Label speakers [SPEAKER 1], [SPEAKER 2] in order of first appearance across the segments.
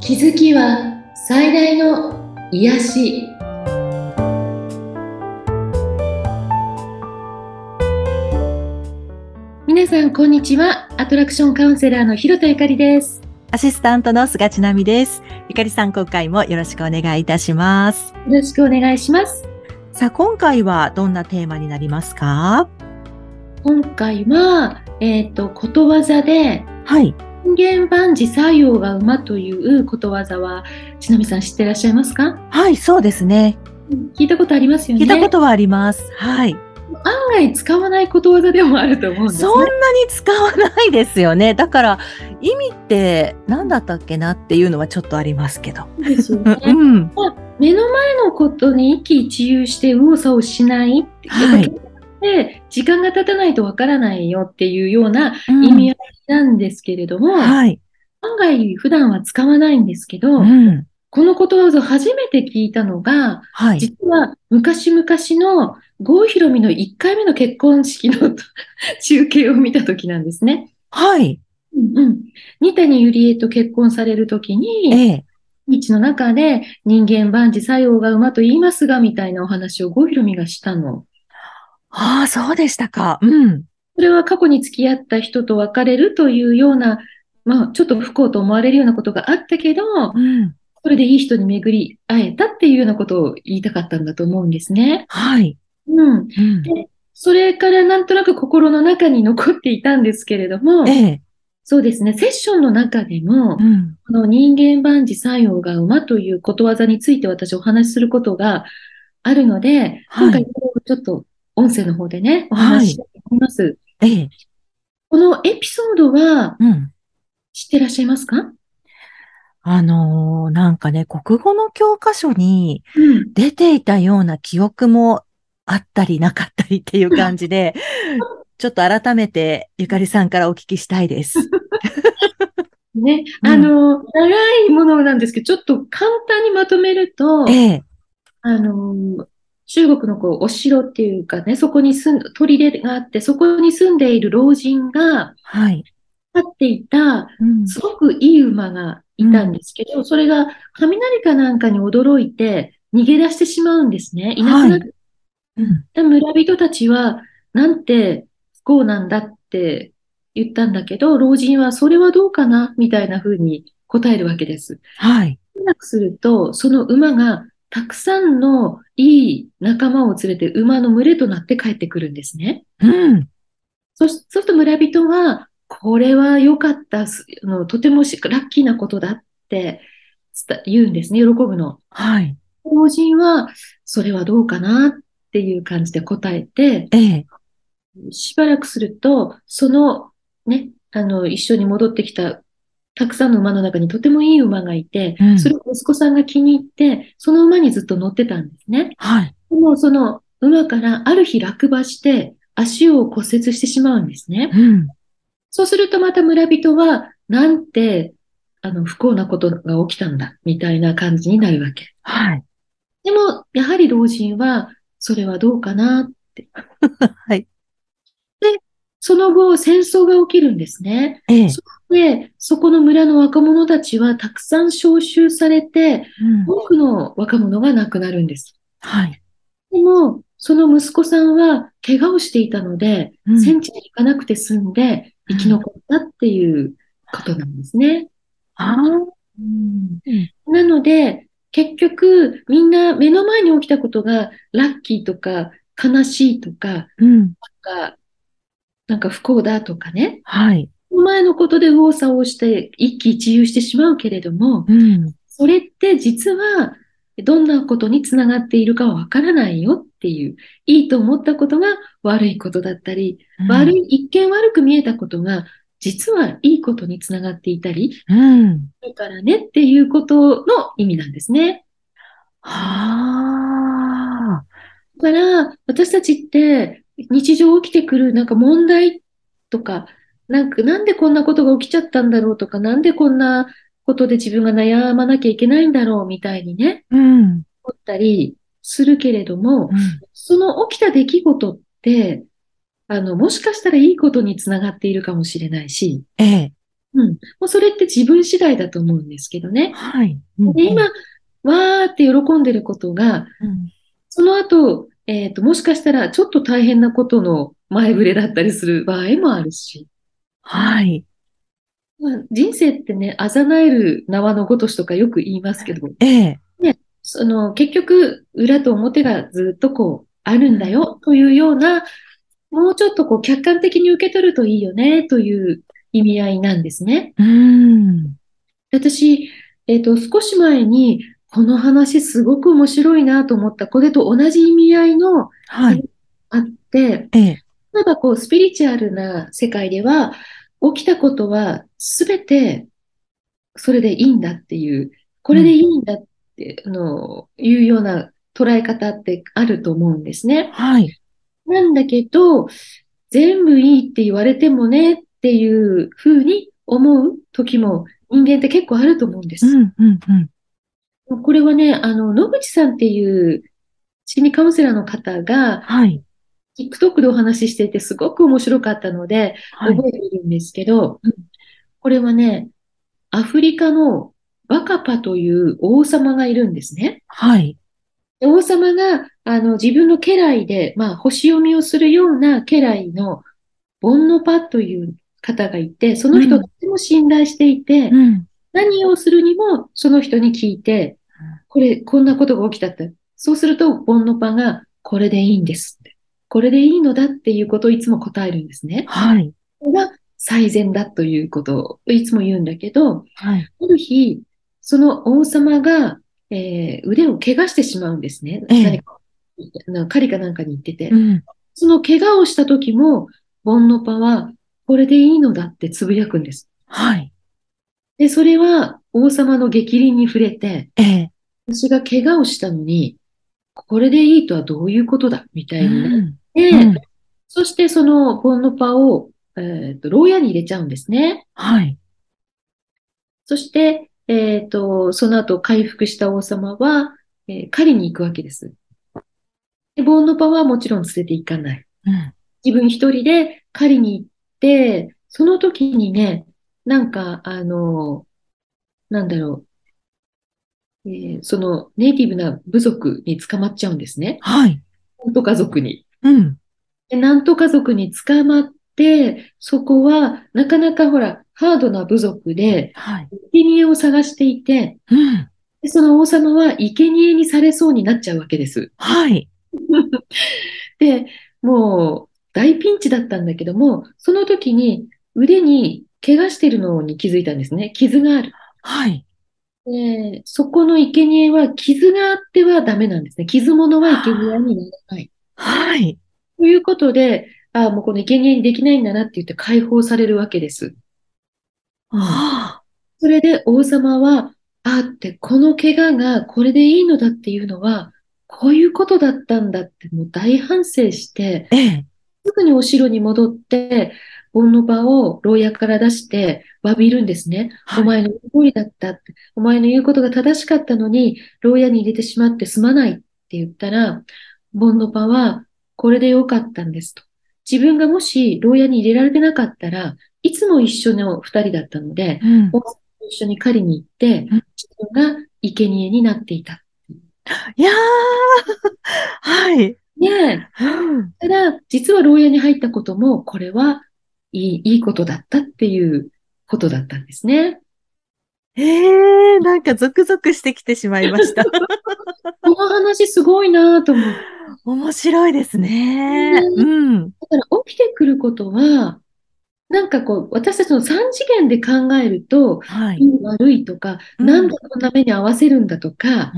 [SPEAKER 1] 気づきは最大の癒し皆さんこんにちはアトラクションカウンセラーの広田ゆかりです
[SPEAKER 2] アシスタントの菅千奈美です。ゆかりさん、今回もよろしくお願いいたします。
[SPEAKER 1] よろしくお願いします
[SPEAKER 2] さあ、今回はどんなテーマになりますか
[SPEAKER 1] 今回はえっ、とことわざで
[SPEAKER 2] はい。
[SPEAKER 1] 人間万事作用が馬ということわざはちなみさん知ってらっしゃいますか
[SPEAKER 2] はい、そうですね。
[SPEAKER 1] 聞いたことありますよね
[SPEAKER 2] 聞いたことはあります。はい。
[SPEAKER 1] 案外使わないことわざでもあると思うんですね
[SPEAKER 2] そんなに使わないですよね。だから、意味って何だったっけなっていうのはちょっとありますけど。
[SPEAKER 1] そうですよ
[SPEAKER 2] う
[SPEAKER 1] ね
[SPEAKER 2] ん。
[SPEAKER 1] 目の前のことに一喜一憂して右往左往しないって、
[SPEAKER 2] はい
[SPEAKER 1] で時間が経たないとわからないよっていうような
[SPEAKER 2] うん
[SPEAKER 1] 意味合いなんですけれども、案
[SPEAKER 2] はい。
[SPEAKER 1] 外普段は使わないんですけど、
[SPEAKER 2] うん。
[SPEAKER 1] このことわざを初めて聞いたのが、
[SPEAKER 2] はい。
[SPEAKER 1] 実は昔々の郷ひろみの1回目の結婚式の 中継を見た時なんですね。
[SPEAKER 2] はい。
[SPEAKER 1] うんうん、二谷ゆりえと結婚される時に、
[SPEAKER 2] ええ。
[SPEAKER 1] 道の中で人間万事作用が馬と言いますがみたいなお話を郷ひろみがしたの。
[SPEAKER 2] ああ、そうでしたか。うん。
[SPEAKER 1] それは過去に付き合った人と別れるというような、まあちょっと不幸と思われるようなことがあったけど、
[SPEAKER 2] うん。
[SPEAKER 1] それでいい人に巡り会えたっていうようなことを言いたかったんだと思うんですね。
[SPEAKER 2] はい。
[SPEAKER 1] うん。
[SPEAKER 2] うん
[SPEAKER 1] それからなんとなく心の中に残っていたんですけれども、
[SPEAKER 2] ええ。
[SPEAKER 1] そうですね、セッションの中でも、
[SPEAKER 2] うん。
[SPEAKER 1] この人間万事作用が馬ということわざについて私お話しすることがあるので、
[SPEAKER 2] はい
[SPEAKER 1] 今回これをちょっと音声の方でね、お話ししたいと思います。
[SPEAKER 2] ええ。
[SPEAKER 1] このエピソードは
[SPEAKER 2] うん。
[SPEAKER 1] 知ってらっしゃいますか
[SPEAKER 2] あのーなんかね、国語の教科書に
[SPEAKER 1] うん。
[SPEAKER 2] 出ていたような記憶もあったりなかったりっていう感じ で、ちょっと改めてゆかりさんからお聞きしたいです。
[SPEAKER 1] ね、
[SPEAKER 2] うん
[SPEAKER 1] あの、長いものなんですけど、ちょっと簡単にまとめると、
[SPEAKER 2] ええ、
[SPEAKER 1] あの、中国のこうお城っていうかね、そこに住ん、砦があって、そこに住んでいる老人が
[SPEAKER 2] はい。
[SPEAKER 1] 飼っていた
[SPEAKER 2] うん
[SPEAKER 1] すごくいい馬がいたんですけど、それが雷かなんかに驚いて逃げ出してしまうんですね。いなくなっ
[SPEAKER 2] うん
[SPEAKER 1] た村人たちは、なんて不幸なんだって言ったんだけど、老人はそれはどうかなみたいな風に答えるわけです。
[SPEAKER 2] はい。
[SPEAKER 1] 少なくすると、その馬がたくさんのいい仲間を連れて馬の群れとなって帰ってくるんですね。
[SPEAKER 2] うん。
[SPEAKER 1] そうすそうすると村人は、これは良かったすあの、とてもしラッキーなことだって伝言うんですね、喜ぶの。
[SPEAKER 2] はい。
[SPEAKER 1] 老人は、それはどうかなっていう感じで答えて、
[SPEAKER 2] ええ、
[SPEAKER 1] しばらくすると、そのね、あの、一緒に戻ってきた、たくさんの馬の中にとてもいい馬がいて
[SPEAKER 2] う、ん
[SPEAKER 1] それを息子さんが気に入って、その馬にずっと乗ってたんですね。
[SPEAKER 2] はい。
[SPEAKER 1] でも、その馬からある日落馬して、足を骨折してしまうんですね。
[SPEAKER 2] うん。
[SPEAKER 1] そうするとまた村人は、なんて、あの、不幸なことが起きたんだ、みたいな感じになるわけ。
[SPEAKER 2] はい。
[SPEAKER 1] でも、やはり老人は、それはどうかな。
[SPEAKER 2] はい。
[SPEAKER 1] その後、戦争が起きるんですね。
[SPEAKER 2] ええ。
[SPEAKER 1] で、そこの村の若者たちは、たくさん招集されて、
[SPEAKER 2] うん
[SPEAKER 1] 多くの若者が亡くなるんです。
[SPEAKER 2] はい。
[SPEAKER 1] でも、その息子さんは、怪我をしていたので、
[SPEAKER 2] うん
[SPEAKER 1] 戦地に行かなくて済んで、生き残ったっていうことなんですね。
[SPEAKER 2] あーうん
[SPEAKER 1] なので、結局、みんな目の前に起きたことが、ラッキーとか、悲しいとか、
[SPEAKER 2] うん。
[SPEAKER 1] なんかなんか不幸だとかね、
[SPEAKER 2] はい。
[SPEAKER 1] 目の前のことで右往左往して、一喜一憂してしまうけれども、
[SPEAKER 2] うん。
[SPEAKER 1] それって実は、どんなことにつながっているかはわからないよっていう、いいと思ったことが悪いことだったり、悪い、一見悪く見えたことが、実はいいことにつながっていたり、
[SPEAKER 2] うん。
[SPEAKER 1] だからねっていうことの意味なんですね。
[SPEAKER 2] はあ。
[SPEAKER 1] だから、私たちって日常起きてくるなんか問題とか、なんかなんでこんなことが起きちゃったんだろうとか、なんでこんなことで自分が悩まなきゃいけないんだろうみたいにね、
[SPEAKER 2] うん。
[SPEAKER 1] 思ったりするけれども
[SPEAKER 2] う、ん
[SPEAKER 1] その起きた出来事って、あの、もしかしたらいいことにつながっているかもしれないし、
[SPEAKER 2] ええ。
[SPEAKER 1] うん。もうそれって自分次第だと思うんですけどね。
[SPEAKER 2] はい。うん
[SPEAKER 1] で、今、、わーって喜んでることが、
[SPEAKER 2] うん
[SPEAKER 1] その後、えっと、もしかしたらちょっと大変なことの前触れだったりする場合もあるし、
[SPEAKER 2] はい。
[SPEAKER 1] まあ、人生ってね、あざなえる縄のごとしとかよく言いますけど、
[SPEAKER 2] ええ。
[SPEAKER 1] その結局裏と表がずっとこうあるんだよというような、もうちょっとこう客観的に受け取るといいよねという意味合いなんですね。
[SPEAKER 2] うーん。
[SPEAKER 1] 私、えっと、少し前にこの話すごく面白いなと思った、これと同じ意味合いの
[SPEAKER 2] はい。
[SPEAKER 1] あって、
[SPEAKER 2] ええ。
[SPEAKER 1] 例えばこうスピリチュアルな世界では起きたことは全てそれでいいんだっていう、これでいいんだって、あの、いうような捉え方ってあると思うんですね。
[SPEAKER 2] はい。
[SPEAKER 1] なんだけど、全部いいって言われてもねっていうふうに思う時も人間って結構あると思うんで
[SPEAKER 2] う
[SPEAKER 1] す。
[SPEAKER 2] ん、うん、うん。
[SPEAKER 1] これはね、あの、野口さんっていう心理カウンセラーの方が、
[SPEAKER 2] はい。
[SPEAKER 1] TikTok でお話ししていてすごく面白かったので、
[SPEAKER 2] はい。
[SPEAKER 1] 覚えているんですけど、
[SPEAKER 2] うん
[SPEAKER 1] これはね、アフリカのバカパという王様がいるんですね。
[SPEAKER 2] はい。
[SPEAKER 1] で王様があの自分の家来で、まあ、星読みをするような家来のボンノパという方がいて、その人を
[SPEAKER 2] うん
[SPEAKER 1] とても信頼していて、
[SPEAKER 2] うん。
[SPEAKER 1] 何をするにもその人に聞いて
[SPEAKER 2] うん、
[SPEAKER 1] これ、こんなことが起きたって。そうすると、ボンノパが、これでいいんですって。これでいいのだっていうことをいつも答えるんですね。
[SPEAKER 2] はい。
[SPEAKER 1] が最善だということをいつも言うんだけど、
[SPEAKER 2] はい。
[SPEAKER 1] ある日、その王様が、えー腕を怪我してしまうんですね。
[SPEAKER 2] ええ
[SPEAKER 1] 何か、な狩りかなんかに行ってて。
[SPEAKER 2] うん。
[SPEAKER 1] その怪我をした時も、ボンノパは、これでいいのだってつぶやくんです。
[SPEAKER 2] はい。
[SPEAKER 1] で、それは王様の逆鱗に触れて、
[SPEAKER 2] ええ。
[SPEAKER 1] 私が怪我をしたのに、これでいいとはどういうことだみたいになっ
[SPEAKER 2] ん。
[SPEAKER 1] て、
[SPEAKER 2] うん
[SPEAKER 1] そしてそのボンノパを、えーと、牢屋に入れちゃうんですね。
[SPEAKER 2] はい。
[SPEAKER 1] そして、えっと、その後回復した王様は、えー狩りに行くわけです。で、ボンノパはもちろん連れて行かない。
[SPEAKER 2] うん。
[SPEAKER 1] 自分一人で狩りに行って、その時にね、なんか、あの、なんだろう、えーそのネイティブな部族に捕まっちゃうんですね。
[SPEAKER 2] はい。
[SPEAKER 1] なんとか族に。
[SPEAKER 2] うん。
[SPEAKER 1] で、なんとか族に捕まって、そこはなかなかほら、ハードな部族で、
[SPEAKER 2] はい。
[SPEAKER 1] 生贄を探していて、
[SPEAKER 2] うん。
[SPEAKER 1] でその王様は生贄にされそうになっちゃうわけです。
[SPEAKER 2] はい。
[SPEAKER 1] で、もう大ピンチだったんだけども、その時に腕に怪我してるのに気づいたんですね。傷がある。
[SPEAKER 2] はい。
[SPEAKER 1] で、そこの生贄は傷があってはダメなんですね。傷物は生贄にならない。
[SPEAKER 2] はい。
[SPEAKER 1] ということで、ああ、もうこの生贄にできないんだなって言って解放されるわけです。
[SPEAKER 2] あ
[SPEAKER 1] それで王様は、あって、この怪我がこれでいいのだっていうのは、こういうことだったんだって、もう大反省して、
[SPEAKER 2] あ。ええ。
[SPEAKER 1] すぐにお城に戻って、盆の場を牢屋から出して詫びるんですね。
[SPEAKER 2] はい
[SPEAKER 1] お前の言う通りだったって。お前の言うことが正しかったのに、牢屋に入れてしまってすまないって言ったら、盆の場は、これでよかったんですと。自分がもし牢屋に入れられてなかったら、いつも一緒の二人だったので、
[SPEAKER 2] うん。
[SPEAKER 1] 王様と一緒に狩りに行って、
[SPEAKER 2] うん
[SPEAKER 1] 自分が生贄になっていた。
[SPEAKER 2] いやー。はい。
[SPEAKER 1] ね
[SPEAKER 2] うん。
[SPEAKER 1] ただ、実は牢屋に入ったことも、これはいい、いいことだったっていうことだったんですね。
[SPEAKER 2] ええ、なんかゾクゾクしてきてしまいま した。
[SPEAKER 1] この話すごいなと思って。
[SPEAKER 2] 面白いですね。うん。
[SPEAKER 1] だから起きてくることは、なんかこう、私たちの三次元で考えると、
[SPEAKER 2] はいい。
[SPEAKER 1] い悪いとか、
[SPEAKER 2] うん
[SPEAKER 1] なんでこんな目に合わせるんだとか、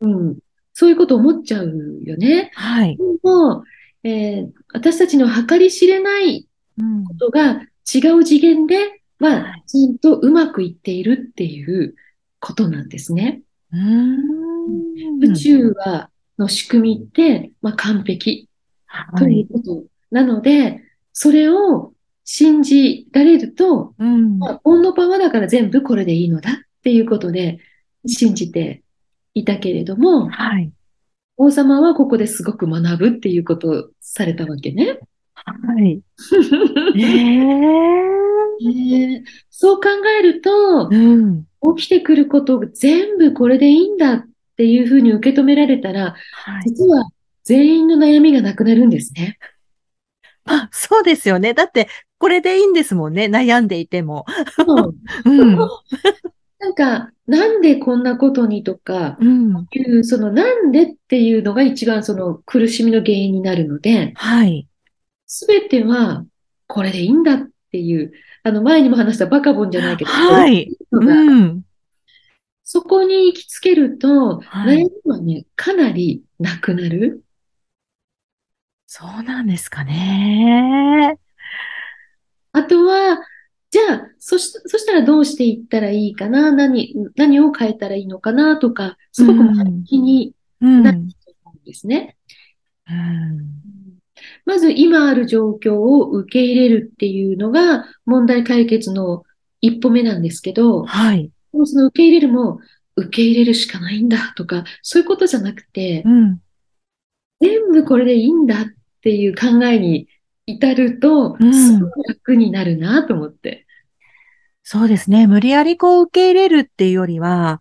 [SPEAKER 2] うん。
[SPEAKER 1] うん、そういうこと思っちゃうよね。
[SPEAKER 2] はい。
[SPEAKER 1] でも、えー私たちの計り知れない
[SPEAKER 2] うん
[SPEAKER 1] ことが違う次元で、ま
[SPEAKER 2] は
[SPEAKER 1] あ
[SPEAKER 2] い、
[SPEAKER 1] ちゃんとうまくいっているっていうことなんですね。
[SPEAKER 2] うーん
[SPEAKER 1] 宇宙は、の仕組みって、まあ、完璧と
[SPEAKER 2] は
[SPEAKER 1] いう
[SPEAKER 2] い。
[SPEAKER 1] ことなので、それを信じられると、
[SPEAKER 2] うん。
[SPEAKER 1] まあ、オンのパワーだから全部これでいいのだっていうことで信じていたけれども、
[SPEAKER 2] はい。
[SPEAKER 1] 王様はここですごく学ぶっていうことを されたわけね。
[SPEAKER 2] はい。ええ。
[SPEAKER 1] ねえそう考えると
[SPEAKER 2] う、ん。
[SPEAKER 1] 起きてくること全部これでいいんだっていうふうに受け止められたら、
[SPEAKER 2] はい。
[SPEAKER 1] 実は全員の悩みがなくなるんです ね。
[SPEAKER 2] まあ、そうですよね。だって、これでいいんですもんね。悩んでいても。
[SPEAKER 1] そう
[SPEAKER 2] うん。
[SPEAKER 1] なんか、なんでこんなことにとか、
[SPEAKER 2] うん。
[SPEAKER 1] いう、そのなんでっていうのが一番その苦しみの原因になるので、
[SPEAKER 2] はい。
[SPEAKER 1] すべてはこれでいいんだっていう、あの前にも話したバカボンじゃないけど、
[SPEAKER 2] はい。
[SPEAKER 1] そういうのが
[SPEAKER 2] うん。
[SPEAKER 1] そこに行きつけると、
[SPEAKER 2] はい
[SPEAKER 1] 悩みはね、かなりなくなる。
[SPEAKER 2] そうなんですかね。
[SPEAKER 1] あとは、じゃあ、そし、そしたらどうしていったらいいかな、何、何を変えたらいいのかなとか、すごく前向きに
[SPEAKER 2] うん。
[SPEAKER 1] な
[SPEAKER 2] う
[SPEAKER 1] る
[SPEAKER 2] ん
[SPEAKER 1] と思うんですね。まず今ある状況を受け入れるっていうのが問題解決の一歩目なんですけど、
[SPEAKER 2] はい。
[SPEAKER 1] もうその受け入れるも受け入れるしかないんだとか、そういうことじゃなくて、
[SPEAKER 2] うん。
[SPEAKER 1] 全部これでいいんだっていう考えに至ると、
[SPEAKER 2] うん
[SPEAKER 1] すごく楽になるなと思って。
[SPEAKER 2] そうですね。無理やりこう受け入れるっていうよりは、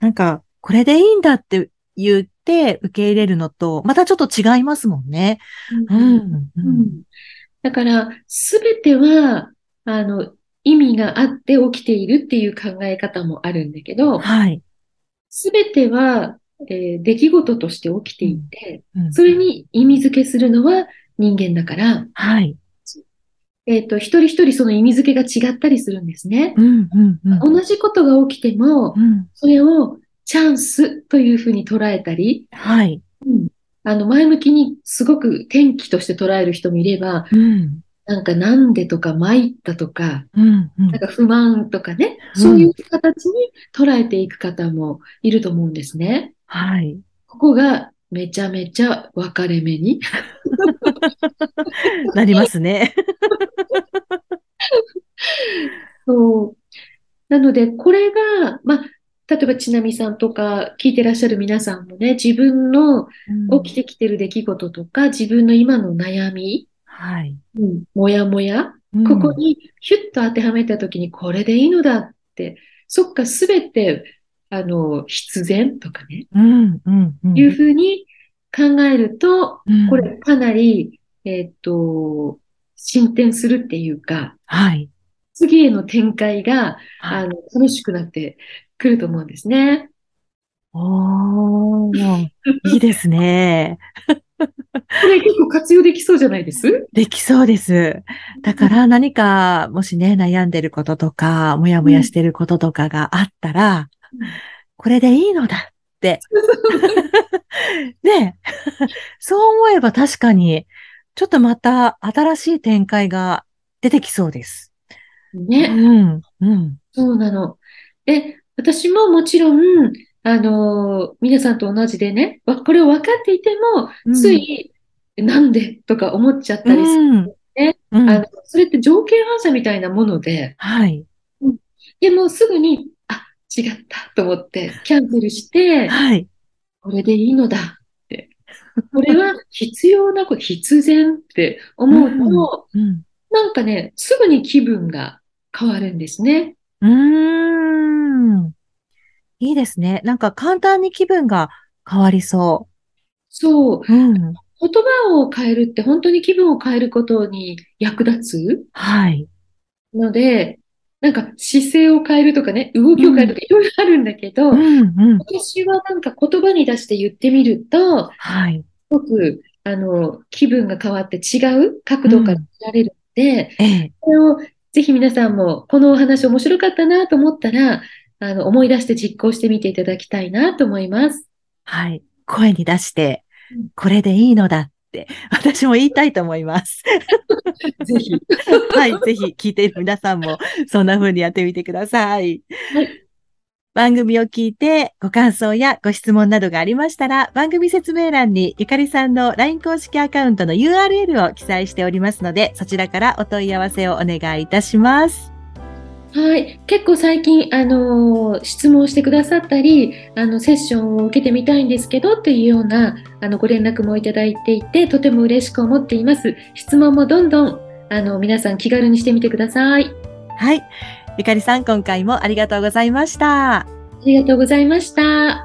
[SPEAKER 2] なんか、これでいいんだって言って受け入れるのと、またちょっと違いますもんね。うん。う。
[SPEAKER 1] うんんだから、すべては、あの、意味があって起きているっていう考え方もあるんだけど、
[SPEAKER 2] はい。
[SPEAKER 1] すべては、えー出来事として起きていて、
[SPEAKER 2] うん
[SPEAKER 1] それに意味付けするのは人間だから、
[SPEAKER 2] はい。
[SPEAKER 1] えっと、一人一人その意味付けが違ったりするんですね。
[SPEAKER 2] うん。うん。うん。
[SPEAKER 1] 同じことが起きても
[SPEAKER 2] う、ん。
[SPEAKER 1] それをチャンスというふうに捉えたり、
[SPEAKER 2] はい。
[SPEAKER 1] あの、前向きにすごく転機として捉える人もいれば、
[SPEAKER 2] うん。
[SPEAKER 1] なんかなんでとか参ったとか、
[SPEAKER 2] うん。うん
[SPEAKER 1] なんか不満とかね、
[SPEAKER 2] うん
[SPEAKER 1] そういう形に捉えていく方もいると思うんですね。
[SPEAKER 2] はい。
[SPEAKER 1] ここがめちゃめちゃ分かれ目に。
[SPEAKER 2] なりますね。
[SPEAKER 1] そう。なので、これが、まあ、例えば、ちなみさんとか、聞いてらっしゃる皆さんもね、自分の起きてきてる出来事とか、自分の今の悩み、
[SPEAKER 2] はい。
[SPEAKER 1] うん、もやもや、
[SPEAKER 2] うん
[SPEAKER 1] ここにヒュッと当てはめたときに、これでいいのだって、そっか、すべて、あの、必然とかね、
[SPEAKER 2] うん。うん。うん
[SPEAKER 1] いうふうに考えると、
[SPEAKER 2] うん
[SPEAKER 1] これ、かなり、えーっと、進展するっていうか、
[SPEAKER 2] はい。
[SPEAKER 1] 次への展開が、
[SPEAKER 2] はい
[SPEAKER 1] あの、楽しくなってくると思うんですね。
[SPEAKER 2] おー、いいですね。
[SPEAKER 1] これ結構活用できそうじゃないです
[SPEAKER 2] できそうです。だから何か、もしね、悩んでることとか、もやもやしてることとかがあったら、
[SPEAKER 1] うん
[SPEAKER 2] これでいいのだ って。ねえそう思えば確かに、ちょっとまた新しい展開が出てきそうです。う
[SPEAKER 1] ね。
[SPEAKER 2] ん、うん、
[SPEAKER 1] そうなの。で、私ももちろん、あのー皆さんと同じでね、わこれを分かっていて
[SPEAKER 2] う
[SPEAKER 1] も、
[SPEAKER 2] ん
[SPEAKER 1] つい、なんでとか思っちゃったりする。
[SPEAKER 2] うん。
[SPEAKER 1] ね
[SPEAKER 2] うん
[SPEAKER 1] あの、それって条件反射みたいなもので、
[SPEAKER 2] はい、
[SPEAKER 1] でもすぐに、あ、違ったと思って、キャンセルして、
[SPEAKER 2] はい。
[SPEAKER 1] これでいいのだって。これは必要なこと、必然って思うと、
[SPEAKER 2] うん
[SPEAKER 1] なんかね、すぐに気分が変わるんですね。
[SPEAKER 2] うーん。いいですね。なんか簡単に気分が変わりそ
[SPEAKER 1] そう。
[SPEAKER 2] う。うん。
[SPEAKER 1] 言葉を変えるって本当に気分を変えることに役立
[SPEAKER 2] はい。
[SPEAKER 1] つので、なんか姿勢を変えるとかね、動きを変えるとかいろいろあるんだけど、
[SPEAKER 2] うん、うん。
[SPEAKER 1] 私はなんか言葉に出して言ってみると、
[SPEAKER 2] はい。
[SPEAKER 1] すごく、あの、気分が変わって違う角度から見られるので、
[SPEAKER 2] ええ。
[SPEAKER 1] これをぜひ皆さんもこのお話面白かったなと思ったら、あの、思い出して実行してみていただきたいなと思い ます。
[SPEAKER 2] はい。声に出して
[SPEAKER 1] うん、
[SPEAKER 2] これでいいのだって、私も言いたいと思います。
[SPEAKER 1] ぜひ。
[SPEAKER 2] はい。ぜひ聞いている皆さんも、そんな風にやってみてください
[SPEAKER 1] はい。
[SPEAKER 2] 番組を聞いて、ご感想やご質問などがありましたら、番組説明欄にゆかりさんの LINE 公式アカウントの URL を記載しておりますので、そちらからお問い合わせをお願いいたします。
[SPEAKER 1] はい、結構最近、あのー質問してくださったりあのセッションを受けてみたいんですけどっていうようなあのご連絡もいただいていてとても嬉しく思っています質問もどんどんあの皆さん気軽にしてみてください
[SPEAKER 2] はい。ゆかりさん、今回もありがとうございました。
[SPEAKER 1] ありがとうございました。